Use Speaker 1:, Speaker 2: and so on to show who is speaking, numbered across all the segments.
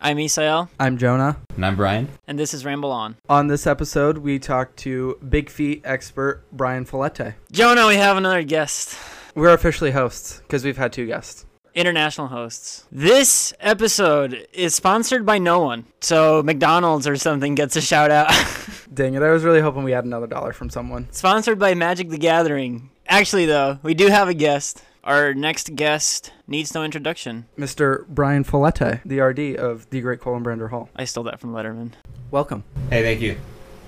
Speaker 1: I'm Isael,
Speaker 2: I'm Jonah.
Speaker 3: And I'm Brian.
Speaker 1: and this is Ramble On.
Speaker 2: On this episode, we talked to big feet expert Brian Follette.
Speaker 1: Jonah, we have another guest,
Speaker 2: We're officially hosts because we've had two guests.
Speaker 1: international hosts. This episode is sponsored by no one, so McDonald's or something gets a shout out.
Speaker 2: Dang it, I was really hoping we had another dollar from someone.
Speaker 1: sponsored by Magic the Gathering. Actually, though, we do have a guest. Our next guest needs no introduction.
Speaker 2: Mr. Brian Follette, the RD of the Great Brander Hall.
Speaker 1: I stole that from Letterman.
Speaker 2: Welcome.
Speaker 3: Hey, thank you.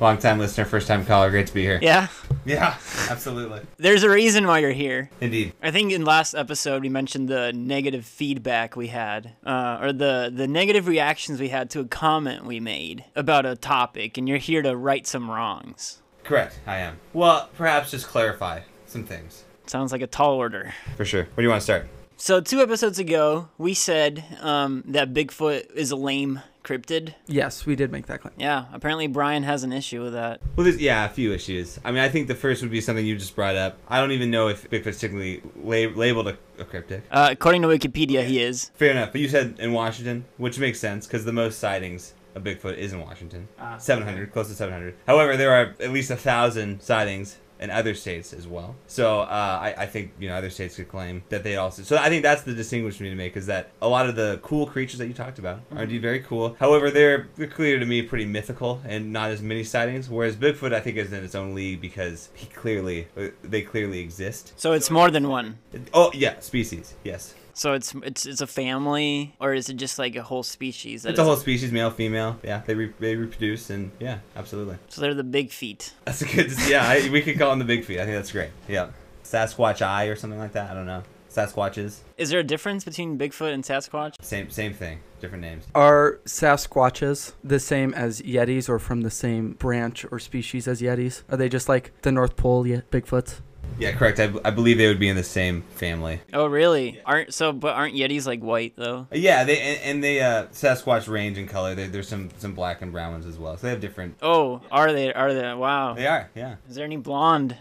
Speaker 3: Long time listener, first time caller. Great to be here.
Speaker 1: Yeah,
Speaker 3: Yeah, absolutely.
Speaker 1: there's a reason why you're here.
Speaker 3: Indeed.
Speaker 1: I think in last episode we mentioned the negative feedback we had, uh, or the the negative reactions we had to a comment we made about a topic, and you're here to right some wrongs.
Speaker 3: Correct, I am. Well, perhaps just clarify some things.
Speaker 1: Sounds like a tall order.
Speaker 3: For sure. Where do you want to start?
Speaker 1: So two episodes ago, we said um, that Bigfoot is a lame cryptid.
Speaker 2: Yes, we did make that claim.
Speaker 1: Yeah, apparently Brian has an issue with that.
Speaker 3: Well, there's, yeah, a few issues. I mean, I think the first would be something you just brought up. I don't even know if Bigfoot's technically lab- labeled a, a cryptic.
Speaker 1: Uh, according to Wikipedia, he is.
Speaker 3: Fair enough, but you said in Washington, which makes sense because the most sightings of Bigfoot is in Washington. 700, close to 700. However, there are at least a thousand sightings in other states as well. So uh, I, I think you know other states could claim that they also. So I think that's the distinction we need to make is that a lot of the cool creatures that you talked about are
Speaker 1: Mm-hmm.
Speaker 3: indeed very cool. However, they're they're clear to me pretty mythical and not as many sightings. Whereas Bigfoot, I think, is in its own league because he clearly uh, they clearly exist.
Speaker 1: So it's more than one.
Speaker 3: Oh yeah, species. Yes.
Speaker 1: So it's it's it's a family, or is it just like a whole species? that
Speaker 3: It's a
Speaker 1: is-
Speaker 3: whole species, male, female. Yeah, they re- they reproduce, and yeah, absolutely.
Speaker 1: So they're the big feet.
Speaker 3: That's a good. Yeah, I, we could call them the big feet. I think that's great. Yeah, Sasquatch eye or something like that. I don't know. Sasquatches,
Speaker 1: Is there a difference between Bigfoot and Sasquatch?
Speaker 3: same same thing, different names.
Speaker 2: Are Sasquatches the same as Yetis or from the same branch or species as Yetis? Are they just like the North Pole ye- Bigfoots?
Speaker 3: Yeah, correct. I, I believe they would be in the same family.
Speaker 1: Oh, really? Aren't so? But aren't Yetis like white though?
Speaker 3: Yeah, they and, and they uh, Sasquatch range in color. There, there's some some black and brown ones as well. So they have different.
Speaker 1: Oh, are they? Are they? Wow.
Speaker 3: They are. Yeah.
Speaker 1: Is there any blonde?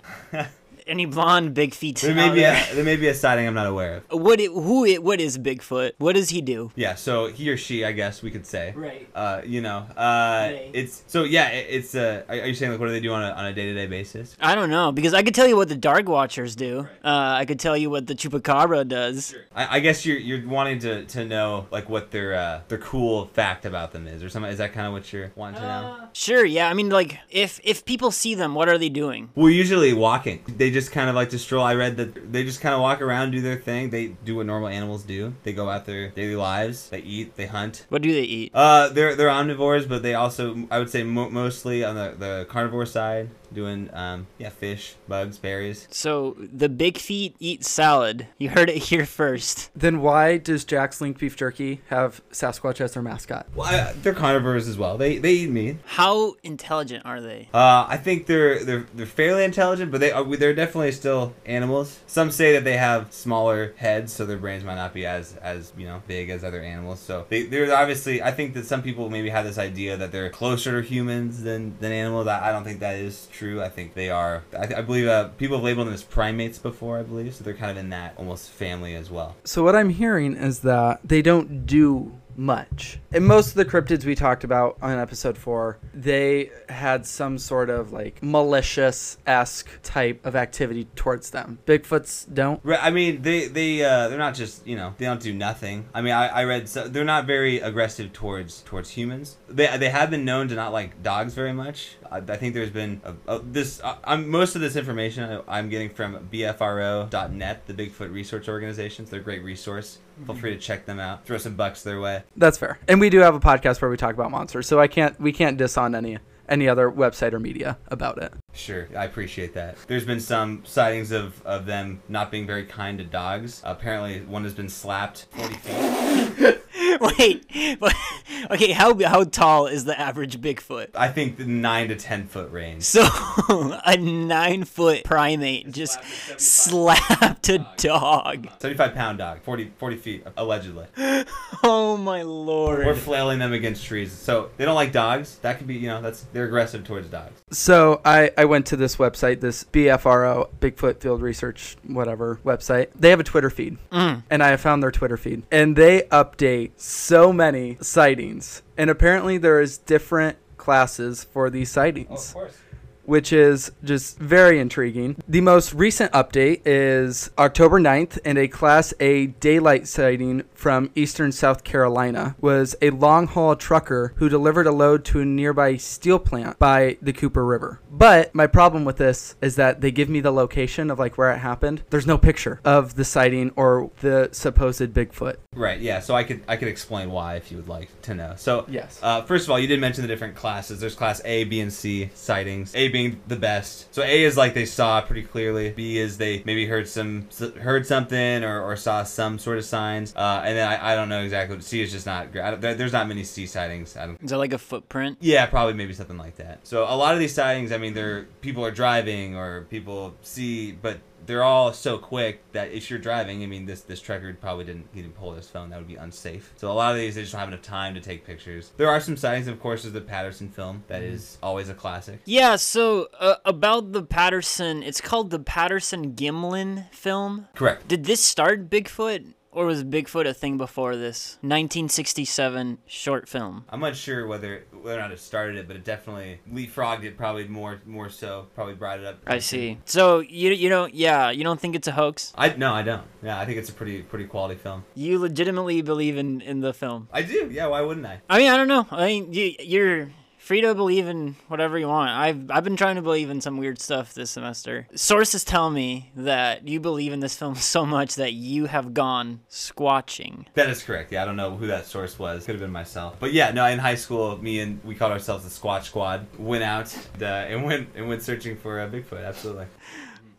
Speaker 1: any blonde big feet?
Speaker 3: There may
Speaker 1: out
Speaker 3: be a,
Speaker 1: there?
Speaker 3: there may be a sighting I'm not aware of.
Speaker 1: What? It, who? It, what is Bigfoot? What does he do?
Speaker 3: Yeah. So he or she, I guess we could say.
Speaker 1: Right.
Speaker 3: Uh, you know, uh,
Speaker 1: They.
Speaker 3: it's so yeah. It, it's uh, are are you saying like what do they do on a on a day to day basis?
Speaker 1: I don't know because I could tell you what the Dark Watchers do. Uh, I could tell you what the Chupacabra does.
Speaker 3: I, I guess you're you're wanting to, to know like what their uh, their cool fact about them is or something. Is that kind of what you're wanting to know?
Speaker 1: Sure, yeah. I mean, like, if if people see them, what are they doing?
Speaker 3: Well, usually walking. They just kind of like to stroll. I read that they just kind of walk around, do their thing. They do what normal animals do. They go about their daily lives. They eat. They hunt.
Speaker 1: What do they eat?
Speaker 3: Uh, they're they're omnivores, but they also I would say mo- mostly on the, the carnivore side, doing um yeah fish, bugs, berries.
Speaker 1: So the big feet eat salad. You heard it here first.
Speaker 2: Then why does Jack's Link Beef Jerky have Sasquatch as their mascot?
Speaker 3: Well, I, they're carnivores as well. They they eat meat.
Speaker 1: How intelligent are they?
Speaker 3: Uh, I think they're they're they're fairly intelligent, but they are they're definitely still animals. Some say that they have smaller heads, so their brains might not be as as you know big as other animals. So they they're obviously. I think that some people maybe have this idea that they're closer to humans than than animals. I, I don't think that is true. I think they are. I, th- I believe uh, people have labeled them as primates before. I believe so. They're kind of in that almost family as well.
Speaker 2: So what I'm hearing is that they don't do much. And most of the cryptids we talked about on episode 4, they had some sort of like malicious-esque type of activity towards them. Bigfoots don't.
Speaker 3: Right, I mean, they they uh, they're not just you know they don't do nothing. I mean, I, I read so, they're not very aggressive towards towards humans. They they have been known to not like dogs very much. I, I think there's been a, a, this. I, I'm most of this information I, I'm getting from BFRO.net, the Bigfoot Research Organization. So they're a great resource. Feel free to check them out. Throw some bucks their way.
Speaker 2: That's fair. And we do have a podcast where we talk about monsters, so I can't we can't diss on any any other website or media about it.
Speaker 3: Sure, I appreciate that. There's been some sightings of, of them not being very kind to dogs. Apparently, one has been slapped 40 feet.
Speaker 1: Wait, but, okay. How how tall is the average Bigfoot?
Speaker 3: I think the nine to ten foot range.
Speaker 1: So a nine foot primate just slapped a dog.
Speaker 3: 75 pound dog, 40, 40 feet, allegedly.
Speaker 1: Oh my
Speaker 3: We're
Speaker 1: lord!
Speaker 3: flailing them against trees. So they don't like dogs. That could be, you know, that's they're aggressive towards dogs.
Speaker 2: So I, I went to this website, this BFRO, Bigfoot Field Research, whatever website. They have a Twitter feed. And I found their Twitter feed. And they update so many sightings, and apparently there is different classes for these sightings
Speaker 3: course.
Speaker 2: which is just very intriguing. The most recent update is October 9th, and a Class A daylight sighting from eastern South Carolina was a long haul trucker who delivered a load to a nearby steel plant by the Cooper River. But my problem with this is that they give me the location of like where it happened. There's no picture of the sighting or the supposed Bigfoot.
Speaker 3: Right. Yeah. So I could I could explain why if you would like to know. So
Speaker 2: Yes.
Speaker 3: Uh, first of all, you did mention the different classes. There's class A, B, and C sightings. A being the best. So A is like they saw pretty clearly. B is they maybe heard some s- heard something or, or saw some sort of signs. Uh, and then I, I don't know exactly. What, C is just not. gra- I don't, there, there's not many C sightings. I don't.
Speaker 1: Is that like a footprint?
Speaker 3: Yeah, probably maybe something like that. So a lot of these sightings, I mean, they're people are driving or people see, but they're all so quick that if you're driving, I mean, this this trucker probably didn't he didn't pull his phone. That would be unsafe. So a lot of these they just don't have enough time to take pictures. There are some sightings, of course, is the Patterson film that is
Speaker 1: Mm-hmm.
Speaker 3: always a classic.
Speaker 1: Yeah, so uh, about the Patterson, it's called the Patterson Gimlin film.
Speaker 3: Correct.
Speaker 1: Did this start Bigfoot, or was Bigfoot a thing before this? 1967 short film.
Speaker 3: I'm not sure whether whether or not it started it, but it definitely leapfrogged it probably more more so probably brought it up.
Speaker 1: I see. So you you don't yeah you don't think it's a hoax?
Speaker 3: I no, I don't. Yeah, I think it's a pretty pretty quality film.
Speaker 1: You legitimately believe in in the film?
Speaker 3: I do. Yeah, why wouldn't I?
Speaker 1: I mean I don't know. I mean you you're free to believe in whatever you want. I've I've been trying to believe in some weird stuff this semester. Sources tell me that you believe in this film so much that you have gone squatching.
Speaker 3: That is correct. Yeah, I don't know who that source was. Could have been myself. But yeah, no. In high school, me and we called ourselves the Squatch Squad. Went out uh, and went and went searching for uh, Bigfoot. Absolutely.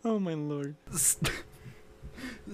Speaker 1: Oh my lord.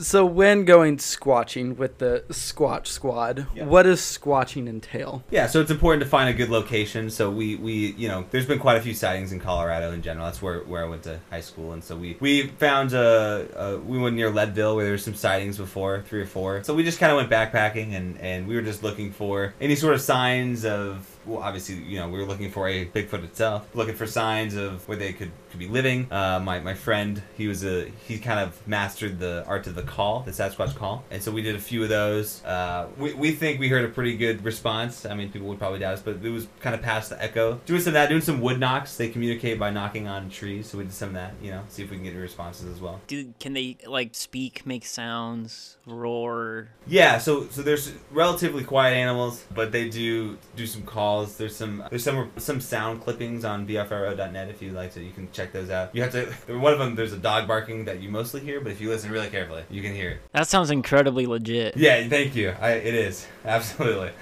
Speaker 2: So, when going squatching with the Squatch Squad,
Speaker 3: Yeah.
Speaker 2: what does squatching entail?
Speaker 3: Yeah, so it's important to find a good location. So we, we you know, there's been quite a few sightings in Colorado in general. That's where, where I went to high school, and so we we found uh uh we went near Leadville where there was some sightings before three or four. So we just kind of went backpacking and and we were just looking for any sort of signs of. Well, obviously, you know, we were looking for a Bigfoot itself, looking for signs of where they could, could be living. Uh, my, my friend, he was a, he kind of mastered the art of the call, the Sasquatch call. And so we did a few of those. Uh, we, we think we heard a pretty good response. I mean, people would probably doubt us, but it was kind of past the echo. Doing some of that, doing some wood knocks. They communicate by knocking on trees. So we did some of that, you know, see if we can get responses as well.
Speaker 1: Do, can they like speak, make sounds, roar?
Speaker 3: Yeah, so so there's relatively quiet animals, but they do do some calls. There's some there's some some sound clippings on bfro.net if you like to. You can check those out. You have to one of them. There's a dog barking that you mostly hear, but if you listen really carefully, you can hear it.
Speaker 1: That sounds incredibly legit.
Speaker 3: Yeah, thank you. I, it is absolutely.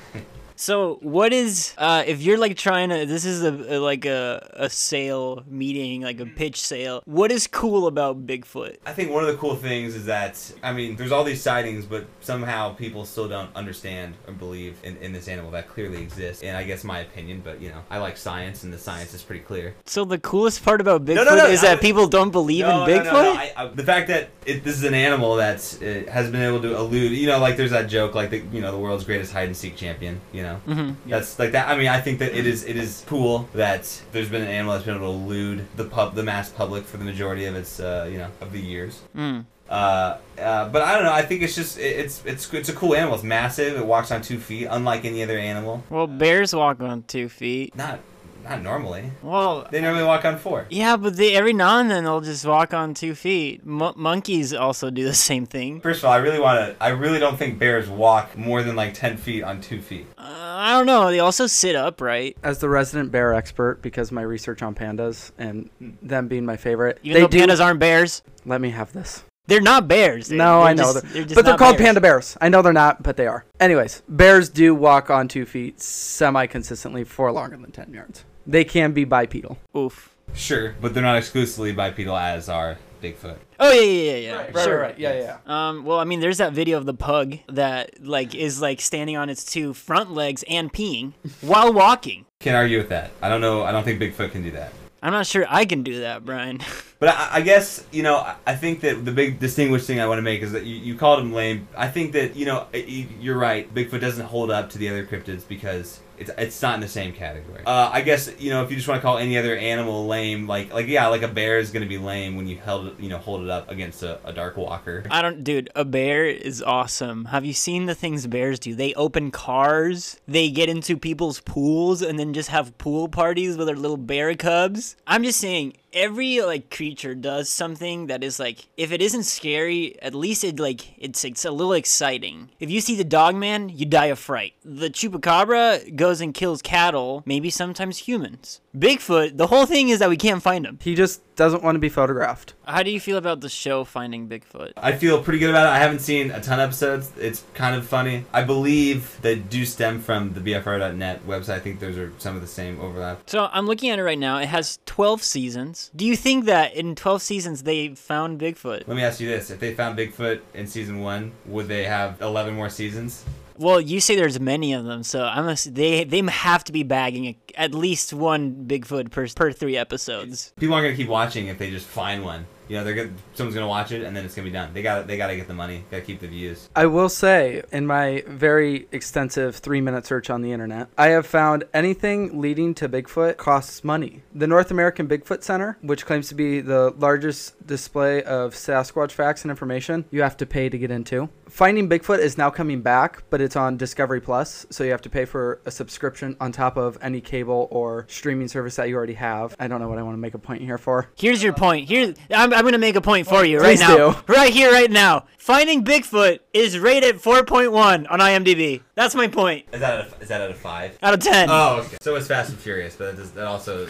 Speaker 1: So, what is uh if you're like trying to this is a, a- like a a sale meeting, like a pitch sale. What is cool about Bigfoot?
Speaker 3: I think one of the cool things is that I mean, there's all these sightings, but somehow people still don't understand or believe in, in this animal that clearly exists. And I guess my opinion, but you know, I like science, and the science is pretty clear.
Speaker 1: So the coolest part about Bigfoot
Speaker 3: no, no,
Speaker 1: is
Speaker 3: I
Speaker 1: that
Speaker 3: was-
Speaker 1: people don't believe
Speaker 3: No,
Speaker 1: in
Speaker 3: no,
Speaker 1: Bigfoot?
Speaker 3: no, no. I, I, the fact that it, this is an animal that uh, has been able to elude, you know, like there's that joke, like the you know the world's greatest hide and seek champion, you know,
Speaker 2: Mm-hmm,
Speaker 1: Mhm.
Speaker 3: that's like that. I mean, I think that it is it is cool that there's been an animal that's been able to elude the pub, the mass public for the majority of its, uh, you know, of the years.
Speaker 2: mm-hmm.
Speaker 1: Mm.
Speaker 3: Uh, uh, but I don't know. I think it's just it, it's it's it's a cool animal. It's massive. It walks on two feet, unlike any other animal.
Speaker 1: Well, bears walk on two feet.
Speaker 3: Not not normally.
Speaker 1: Well,
Speaker 3: They normally walk on four.
Speaker 1: yeah, but they every now and then they'll just walk on two feet. Mo- monkeys also do the same thing.
Speaker 3: First of all, I really want to. I really don't think bears walk more than like ten feet on two feet.
Speaker 1: Uh, I don't know. They also sit upright.
Speaker 2: as the resident bear expert because my research on pandas and them being my favorite.
Speaker 1: Even
Speaker 2: they
Speaker 1: though
Speaker 2: do
Speaker 1: pandas aren't bears,
Speaker 2: let me have this.
Speaker 1: they're not bears. They're-
Speaker 2: no,
Speaker 1: they're
Speaker 2: I know,
Speaker 1: just-
Speaker 2: they're-
Speaker 1: they're just
Speaker 2: but they're
Speaker 1: not
Speaker 2: called
Speaker 1: bears.
Speaker 2: panda bears. I know they're not, but they are. Anyways, bears do walk on two feet semi consistently for longer than ten yards. They can be bipedal.
Speaker 1: Oof.
Speaker 3: Sure, but they're not exclusively bipedal as are Bigfoot.
Speaker 1: Oh yeah, yeah, yeah, yeah. sure.
Speaker 2: Yeah, yeah.
Speaker 1: Um, well, I mean, there's that video of the pug that like is like standing on its two front legs and peeing while walking.
Speaker 3: Can't argue with that. I don't know. I don't think Bigfoot can do that.
Speaker 1: I'm not sure I can do that, Brian.
Speaker 3: But I, I guess you know. I- I think that the big distinguished thing I want to make is that you, you called him lame. I think that you know y- y- you're right. Bigfoot doesn't hold up to the other cryptids because It's, it's not in the same category. Uh, I guess you know if you just want to call any other animal lame, like like yeah, like a bear is gonna be lame when you held it, you know hold it up against a, a dark walker.
Speaker 1: I don't, dude. A bear is awesome. Have you seen the things bears do? They open cars, they get into people's pools, and then just have pool parties with their little bear cubs. I'm just saying, every like creature does something that is like, if it isn't scary, at least it like it's it's a little exciting. If you see the dog man, you die of fright. The chupacabra goes and kills cattle, maybe sometimes humans. Bigfoot, the whole thing is that we can't find him.
Speaker 2: He just doesn't want to be photographed.
Speaker 1: How do you feel about the show Finding Bigfoot?
Speaker 3: I feel pretty good about it. I haven't seen a ton of episodes. It's kind of funny. I believe they do stem from the BFR.net website. I think those are some of the same overlap.
Speaker 1: So I'm looking at it right now. It has 12 seasons. Do you think that in 12 seasons they found Bigfoot?
Speaker 3: Let me ask you this: If they found Bigfoot in season one, would they have eleven more seasons?
Speaker 1: Well, you say there's many of them, so I'm ass- they they have to be bagging a, at least one Bigfoot per per three episodes.
Speaker 3: People aren't gonna keep watching if they just find one. You know, they're gonna, someone's gonna watch it and then it's gonna be done. They got to they got to get the money. Got to keep the views.
Speaker 2: I will say, in my very extensive three minute search on the internet, I have found anything leading to Bigfoot costs money. The North American Bigfoot Center, which claims to be the largest display of Sasquatch facts and information, you have to pay to get into. Finding Bigfoot is now coming back, but it's on Discovery Plus, so you have to pay for a subscription on top of any cable or streaming service that you already have. I don't know what I want to make a point here for.
Speaker 1: Here's your point. Here, I'm, I'm gonna make a point for you right
Speaker 2: Please
Speaker 1: now,
Speaker 2: do.
Speaker 1: right here, right now. Finding Bigfoot is rated 4.1 on IMDb. That's my point.
Speaker 3: Is that out of, is that out of five?
Speaker 1: Out of 10.
Speaker 2: Uh.
Speaker 3: Oh, okay. so it's Fast and Furious, but that, does, that also uh,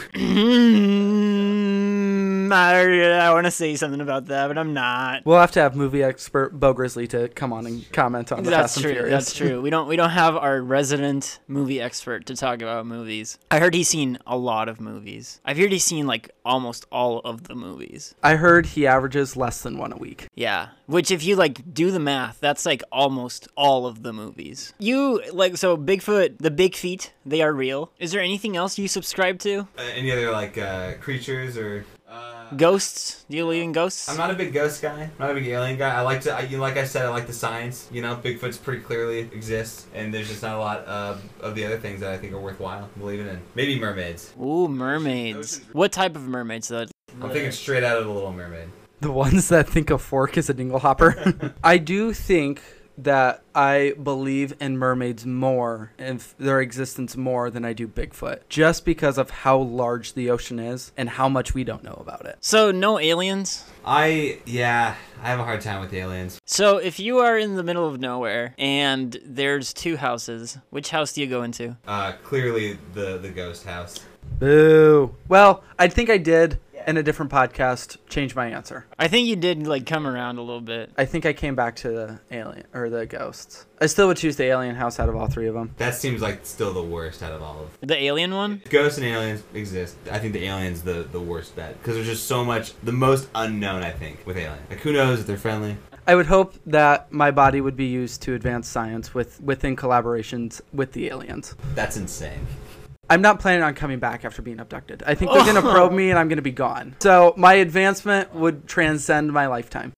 Speaker 1: Mm, I, I want to say something about that, but I'm not.
Speaker 2: We'll have to have movie expert Bo Grizzly to come on and comment on the
Speaker 1: That's
Speaker 2: Fast and
Speaker 1: true.
Speaker 2: Furious.
Speaker 1: That's true. We don't we don't have our resident movie expert to talk about movies. I heard he's seen a lot of movies. I've heard he's seen like almost all of the movies.
Speaker 2: I heard he averages less than one a week.
Speaker 1: Yeah. Which if you like do the math, that's like almost all of the movies. You like so Bigfoot, the big feet, they are real. Is there anything else you subscribe to?
Speaker 3: uh, any other like uh, creatures or. Uh,
Speaker 1: Ghosts? Do you believe in ghosts?
Speaker 3: I'm not a big ghost guy. I'm not a big alien guy. I like to, I, you know, like I said, I like the science. You know, Bigfoot's pretty clearly exists, and there's just not a lot of, of the other things that I think are worthwhile believing in. Maybe mermaids.
Speaker 1: Ooh, mermaids. What type of mermaids though?
Speaker 3: I'm thinking straight out of the Little Mermaid.
Speaker 2: The ones that think a fork is a dingle hopper. I do think that I believe in mermaids more and f- their existence more than I do Bigfoot, just because of how large the ocean is and how much we don't know about it.
Speaker 1: So no aliens?
Speaker 3: I yeah, I have a hard time with aliens.
Speaker 1: So if you are in the middle of nowhere and there's two houses, which house do you go into?
Speaker 3: Uh, clearly the the ghost house.
Speaker 2: Boo. Well, I think I did in a different podcast change my answer.
Speaker 1: I think you did like come around a little bit.
Speaker 2: I think I came back to the alien or the ghosts. I still would choose the alien house out of all three of them.
Speaker 3: That seems like still the worst out of all of.
Speaker 1: The alien one?
Speaker 3: Ghosts and aliens exist. I think the aliens the the worst bet because there's just so much the most unknown. I think with aliens, like who knows if they're friendly.
Speaker 2: I would hope that my body would be used to advance science with within collaborations with the aliens.
Speaker 3: That's insane.
Speaker 2: I'm not planning on coming back after being abducted. I think they're gonna probe me and I'm gonna be gone. So my advancement would transcend my lifetime.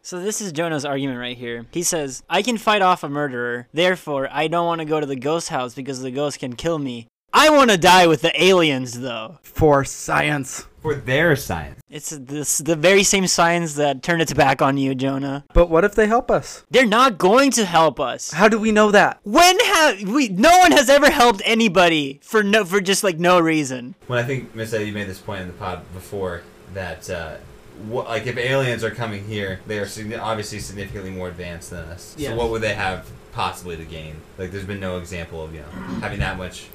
Speaker 1: So this is Jonah's argument right here. He says, "I can fight off a murderer. Therefore, I don't want to go to the ghost house because the ghost can kill me. I want to die with the aliens though."
Speaker 2: For science.
Speaker 3: For their science.
Speaker 1: It's this the very same signs that turned its back on you, Jonah.
Speaker 2: But what if they help us?
Speaker 1: They're not going to help us.
Speaker 2: How do we know that?
Speaker 1: When have we no one has ever helped anybody for no for just like no reason.
Speaker 3: When I think Miss Eddie made this point in the pod before that, uh, what, like if aliens are coming here, they are signi- obviously significantly more advanced than us.
Speaker 2: Yes.
Speaker 3: So what would they have possibly to gain? Like there's been no example of you know having that much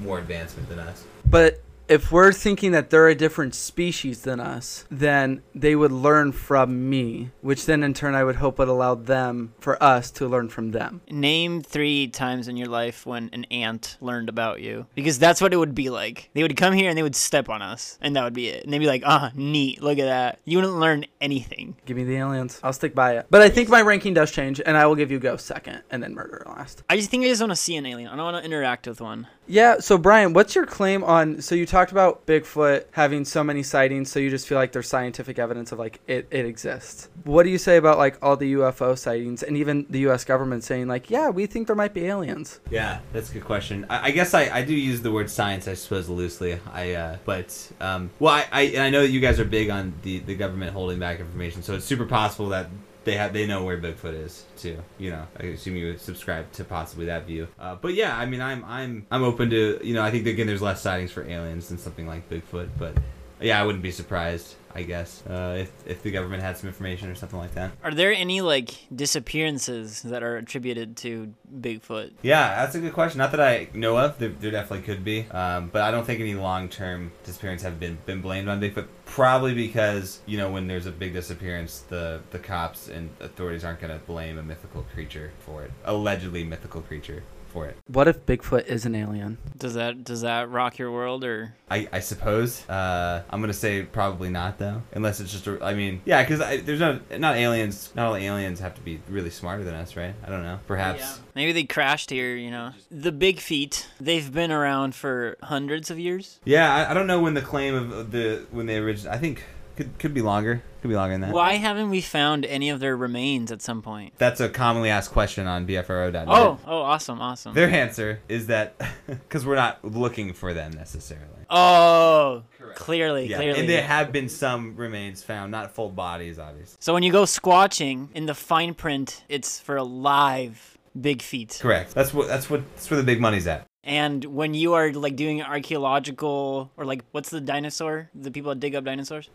Speaker 3: more advancement than us.
Speaker 2: But if we're thinking that they're a different species than us, then they would learn from me, which then in turn I would hope would allow them for us to learn from them.
Speaker 1: Name three times in your life when an ant learned about you. Because that's what it would be like. They would come here and they would step on us, and that would be it. And they'd be like, ah, neat, look at that. You wouldn't learn anything.
Speaker 2: Give me the aliens. I'll stick by it. But I think my ranking does change, and I will give you ghost second and then murderer last.
Speaker 1: I just think I just want to see an alien. I don't want to interact with one.
Speaker 2: Yeah, so Brian, what's your claim on so you talked about Bigfoot having so many sightings, so you just feel like there's scientific evidence of like it, it exists. What do you say about like all the UFO sightings and even the US government saying like, yeah, we think there might be aliens?
Speaker 3: Yeah, that's a good question. I, I guess I, I do use the word science, I suppose, loosely. I uh, but um, well, I, I and I know that you guys are big on the the government holding back information, so it's super possible that they have they know where Bigfoot is too. You know, I assume you would subscribe to possibly that view. Uh, but yeah, I mean, I'm I'm I'm open to you know I think again there's less sightings for aliens than something like Bigfoot, but yeah, I wouldn't be surprised. I guess uh, if if the government had some information or something like that.
Speaker 1: Are there any like disappearances that are attributed to Bigfoot?
Speaker 3: Yeah, that's a good question. Not that I know of. There, there definitely could be, um, but I don't think any long-term disappearances have been been blamed on Bigfoot. Probably because you know when there's a big disappearance, the the cops and authorities aren't gonna blame a mythical creature for it. Allegedly mythical creature for it.
Speaker 2: What if Bigfoot is an alien?
Speaker 1: Does that does that rock your world or
Speaker 3: I, I suppose. Uh, I'm gonna say probably not though, unless it's just. A, I mean, yeah, because there's no not aliens. Not all aliens have to be really smarter than us, right? I don't know. Perhaps.
Speaker 1: maybe they crashed here, you know? The big feet, they've been around for hundreds of years.
Speaker 3: Yeah, I, I don't know when the claim of- of the when they origin. I think could could be longer. Could be longer than that.
Speaker 1: Why haven't we found any of their remains at some point?
Speaker 3: That's a commonly asked question on BFRO.net.
Speaker 1: Oh, oh, awesome, awesome.
Speaker 3: Their answer is that because we're not looking for them necessarily.
Speaker 1: Oh, clearly,
Speaker 3: Yeah,
Speaker 1: clearly.
Speaker 3: and there have been some remains found, not full bodies, obviously.
Speaker 1: so when you go squatching in the fine print, it's for live big feet.
Speaker 3: Correct. That's what that's what that's where the big money's at.
Speaker 1: And when you are like doing archaeological or like what's the dinosaur? The people that dig up dinosaurs?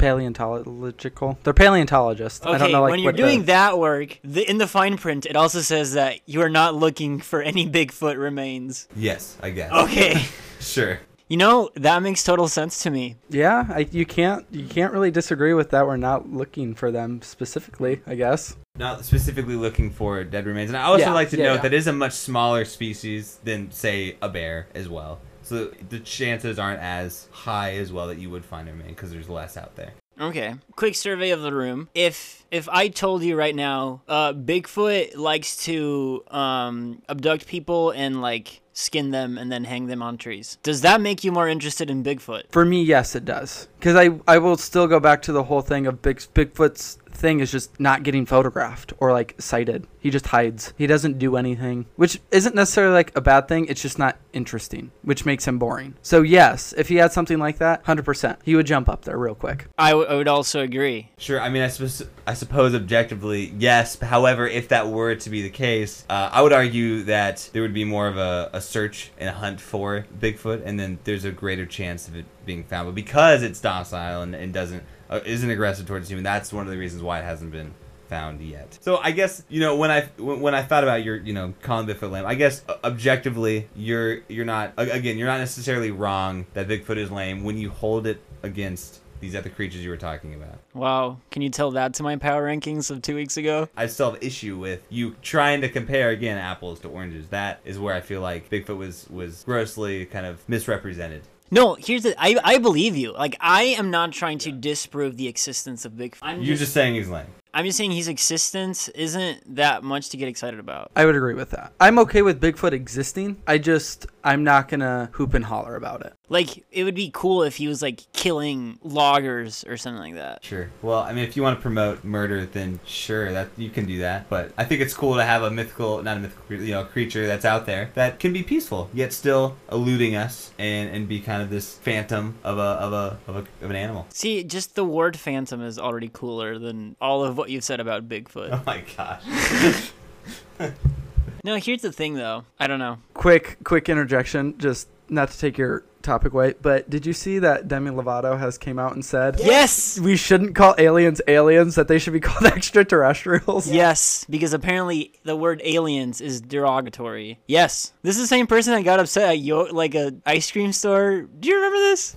Speaker 2: Paleontological. They're paleontologists.
Speaker 1: Okay,
Speaker 2: I don't know like
Speaker 1: when you're
Speaker 2: what
Speaker 1: doing
Speaker 2: the-
Speaker 1: that work, the, in the fine print, it also says that you are not looking for any Bigfoot remains.
Speaker 3: Yes, I guess.
Speaker 1: Okay.
Speaker 3: Sure.
Speaker 1: you know, that makes total sense to me.
Speaker 2: Yeah, I, you can't you can't really disagree with that. We're not looking for them specifically, I guess.
Speaker 3: Not specifically looking for dead remains. And I also
Speaker 2: Yeah,
Speaker 3: like to
Speaker 2: yeah,
Speaker 3: note
Speaker 2: yeah.
Speaker 3: that it is a much smaller species than, say, a bear as well. So the chances aren't as high as well that you would find a remain because there's less out there.
Speaker 1: Okay. Quick survey of the room. If if I told you right now, uh, Bigfoot likes to um, abduct people and like skin them and then hang them on trees. Does that make you more interested in Bigfoot?
Speaker 2: For me, yes, it does. Because I, I will still go back to the whole thing of Big, Bigfoot's thing is just not getting photographed or like sighted. He just hides. He doesn't do anything, which isn't necessarily like a bad thing. It's just not interesting, which makes him boring. So, yes, if he had something like that, 100%, he would jump up there real quick.
Speaker 1: I, w- I would also agree.
Speaker 3: Sure, I mean, I suppose, I suppose objectively, yes. However, if that were to be the case, uh, I would argue that there would be more of a, a search and a hunt for Bigfoot, and then there's a greater chance of it being found. But because it's docile and, and doesn't uh, isn't aggressive towards human, that's one of the reasons why it hasn't been found yet. So I guess you know when I when, when I thought about your you know calling Bigfoot lame, I guess uh, objectively you're you're not a- again you're not necessarily wrong that Bigfoot is lame when you hold it against these other creatures you were talking about.
Speaker 1: Wow. Can you tell that to my power rankings of two weeks ago?
Speaker 3: I still have issue with you trying to compare again apples to oranges. That is where I feel like Bigfoot was was grossly kind of misrepresented.
Speaker 1: No, here's the. I, I believe you. Like, I am not trying to disprove the existence of Bigfoot. I'm
Speaker 3: You're just saying he's lame.
Speaker 1: I'm just saying his existence isn't that much to get excited about.
Speaker 2: I would agree with that. I'm okay with Bigfoot existing. I just, I'm not going to hoop and holler about it.
Speaker 1: Like, it would be cool if he was like killing loggers or something like that.
Speaker 3: Sure. Well, I mean, if you want to promote murder, then sure, that you can do that. But I think it's cool to have a mythical, not a mythical, cre- you know, creature that's out there that can be peaceful yet still eluding us and and be kind of this phantom of a of a of, a, of an animal.
Speaker 1: See, just the word phantom is already cooler than all of what you've said about Bigfoot.
Speaker 3: Oh my gosh.
Speaker 1: no, here's the thing though. I don't know.
Speaker 2: quick quick interjection just not to take your topic away but did you see that demi lovato has came out and said
Speaker 1: Yes!
Speaker 2: we shouldn't call aliens aliens that they should be called extraterrestrials
Speaker 1: Yes, because apparently the word aliens is derogatory. Yes. This is the same person that got upset at yo- like a ice cream store. Do you remember this?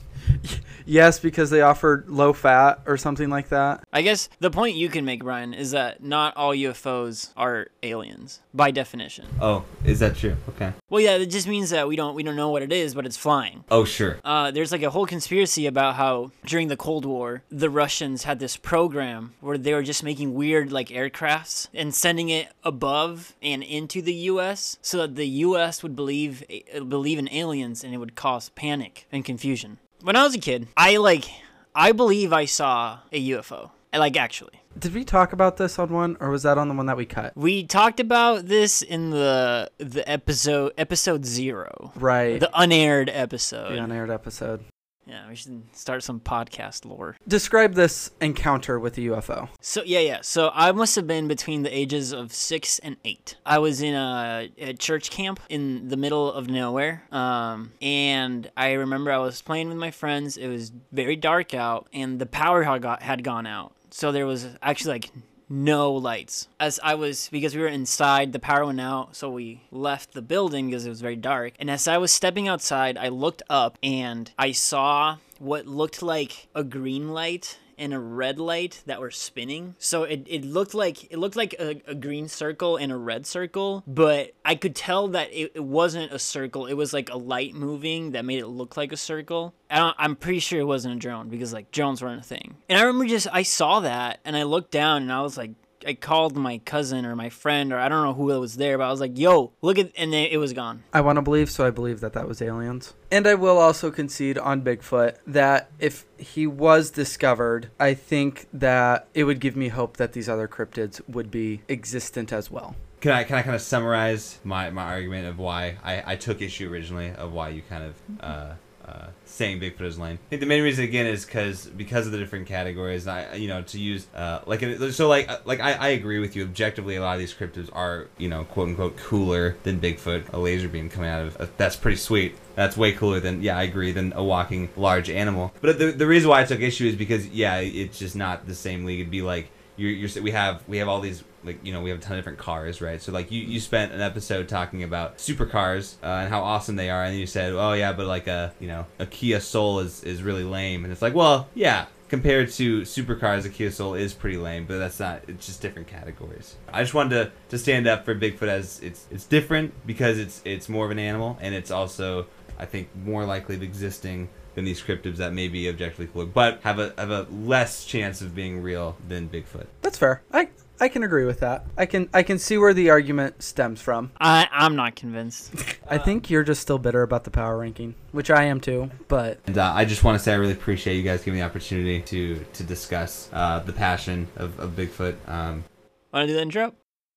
Speaker 2: Yes, because they offered low fat or something like that.
Speaker 1: I guess the point you can make, Brian, is that not all UFOs are aliens by definition.
Speaker 3: Oh, is that true? Okay.
Speaker 1: Well, yeah, it just means that we don't we don't know what it is, but it's flying.
Speaker 3: Oh, sure.
Speaker 1: Uh, there's like a whole conspiracy about how during the Cold War the Russians had this program where they were just making weird like aircrafts and sending it above and into the U.S. so that the U.S. would believe eh, believe in aliens and it would cause panic and confusion. When I was a kid, I like I believe I saw a UFO. Like actually.
Speaker 2: Did we talk about this on one, or was that on the one that we cut?
Speaker 1: We talked about this in the the episode episode zero,
Speaker 2: Right.
Speaker 1: the unaired episode.
Speaker 2: the unaired episode.
Speaker 1: Yeah, we should start some podcast lore.
Speaker 2: Describe this encounter with the UFO.
Speaker 1: So yeah, yeah. So I must have been between the ages of six and eight. I was in a, a church camp in the middle of nowhere, um, and I remember I was playing with my friends. It was very dark out, and the power had got had gone out. So there was actually like no lights. As I was, because we were inside, the power went out, so we left the building because it was very dark. And as I was stepping outside, I looked up and I saw what looked like a green light and a red light that were spinning. So it, it looked like it looked like a, a green circle and a red circle, but I could tell that it, it wasn't a circle. It was like a light moving that made it look like a circle. I don't, I'm pretty sure it wasn't a drone because like drones weren't a thing. And I remember just I saw that and I looked down and I was like. I called my cousin or my friend or I don't know who was there, but I was like, "Yo, look at!" and then it was gone.
Speaker 2: I want to believe, so I believe that that was aliens. And I will also concede on Bigfoot that if he was discovered, I think that it would give me hope that these other cryptids would be existent as well.
Speaker 3: Can I can I kind of summarize my, my argument of why I, I took issue originally of why you kind of uh, uh, saying Bigfoot is lame? I think the main reason again is because because of the different categories. and I you know to use uh, like it- so like uh, like I, I agree with you objectively. A lot of these cryptids are you know quote unquote cooler than Bigfoot. A laser beam coming out of uh, that's pretty sweet. That's way cooler than yeah I agree than a walking large animal. But the the reason why I took issue is because yeah it's just not the same league. It'd be like you're, you're s- we have we have all these like you know we have a ton of different cars right so like you, you spent an episode talking about supercars uh, and how awesome they are and you said oh yeah but like a you know a Kia Soul is is really lame and it's like well yeah compared to supercars a Kia Soul is pretty lame but that's not it's just different categories I just wanted to, to stand up for Bigfoot as it's it's different because it's it's more of an animal and it's also I think more likely of existing than these cryptids that may be objectively cooler, but have a have a less chance of being real than Bigfoot.
Speaker 2: That's fair. I I can agree with that. I can I can see where the argument stems from.
Speaker 1: I I'm not convinced.
Speaker 2: I think you're just still bitter about the power ranking, which I am too, but
Speaker 3: And uh, I just want to say I really appreciate you guys giving me the opportunity to to discuss uh, the passion of, of Bigfoot. Um,
Speaker 1: Want to do the intro?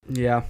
Speaker 2: yeah.